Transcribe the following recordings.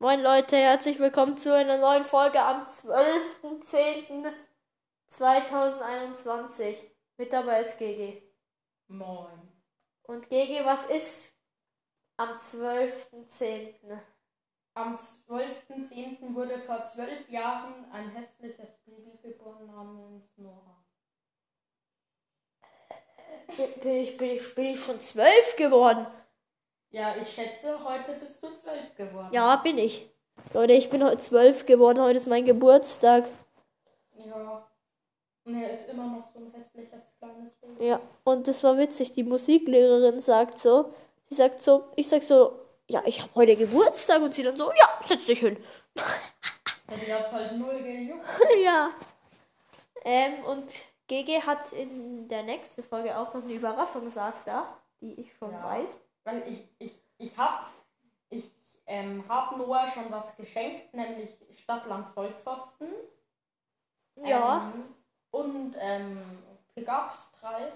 Moin Leute, herzlich willkommen zu einer neuen Folge am 12.10.2021. Mit dabei ist GG. Moin. Und GG, was ist am 12.10.? Am 12.10. wurde vor zwölf Jahren ein hässliches Baby geboren namens Noah. Bin- Bin ich, bin ich, bin ich schon zwölf geworden? Ja, ich schätze, heute bist du zwölf geworden. Ja, bin ich. Leute, ich bin heute zwölf geworden. Heute ist mein Geburtstag. Ja. Und er ist immer noch so ein hässliches kleines Baby. Ja, und das war witzig. Die Musiklehrerin sagt so, sie sagt so, ich sag so, ja, ich habe heute Geburtstag und sie dann so, ja, setz dich hin. Hätte jetzt halt null gejuckt. ja. Ähm, und GG hat in der nächsten Folge auch noch eine Überraschung, sagt er, die ich schon Ja. weiß. Weil ich, ich, ich hab, ich ähm, hab Noah schon was geschenkt, nämlich Stadtland Vollpfosten. Ja. Ähm, und ähm, Pickups 3.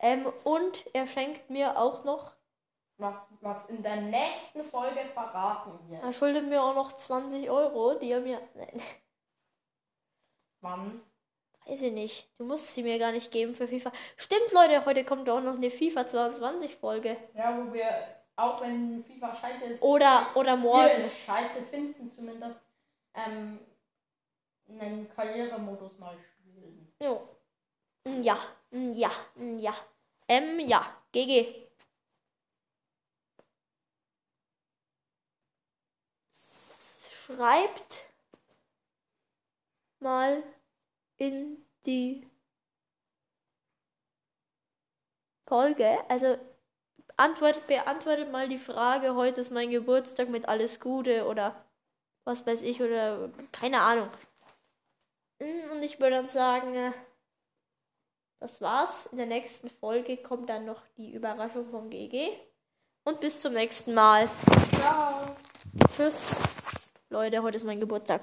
Ähm, und er schenkt mir auch noch, Was, was in der nächsten Folge verraten wir. er schuldet mir auch noch 20 Euro, die er mir, nein, Mann. weiß ich nicht, du musst sie mir gar nicht geben für FIFA. Stimmt, Leute, heute kommt auch noch eine FIFA 22 Folge. Ja, wo wir, auch wenn FIFA scheiße ist, Oder, oder wir morgen. es scheiße finden zumindest, ähm, einen Karrieremodus mal spielen. Jo. Mm, Ja, Mm, ja, Mm, ja. Ähm, ja, GG. Schreibt mal in die Folge, also antwortet, beantwortet mal die Frage, heute ist mein Geburtstag mit alles Gute oder was weiß ich oder keine Ahnung. Mm, Und ich würde dann sagen, äh, das war's. In der nächsten Folge kommt dann noch die Überraschung von GG. Und bis zum nächsten Mal. Ciao. Tschüss. Leute, heute ist mein Geburtstag.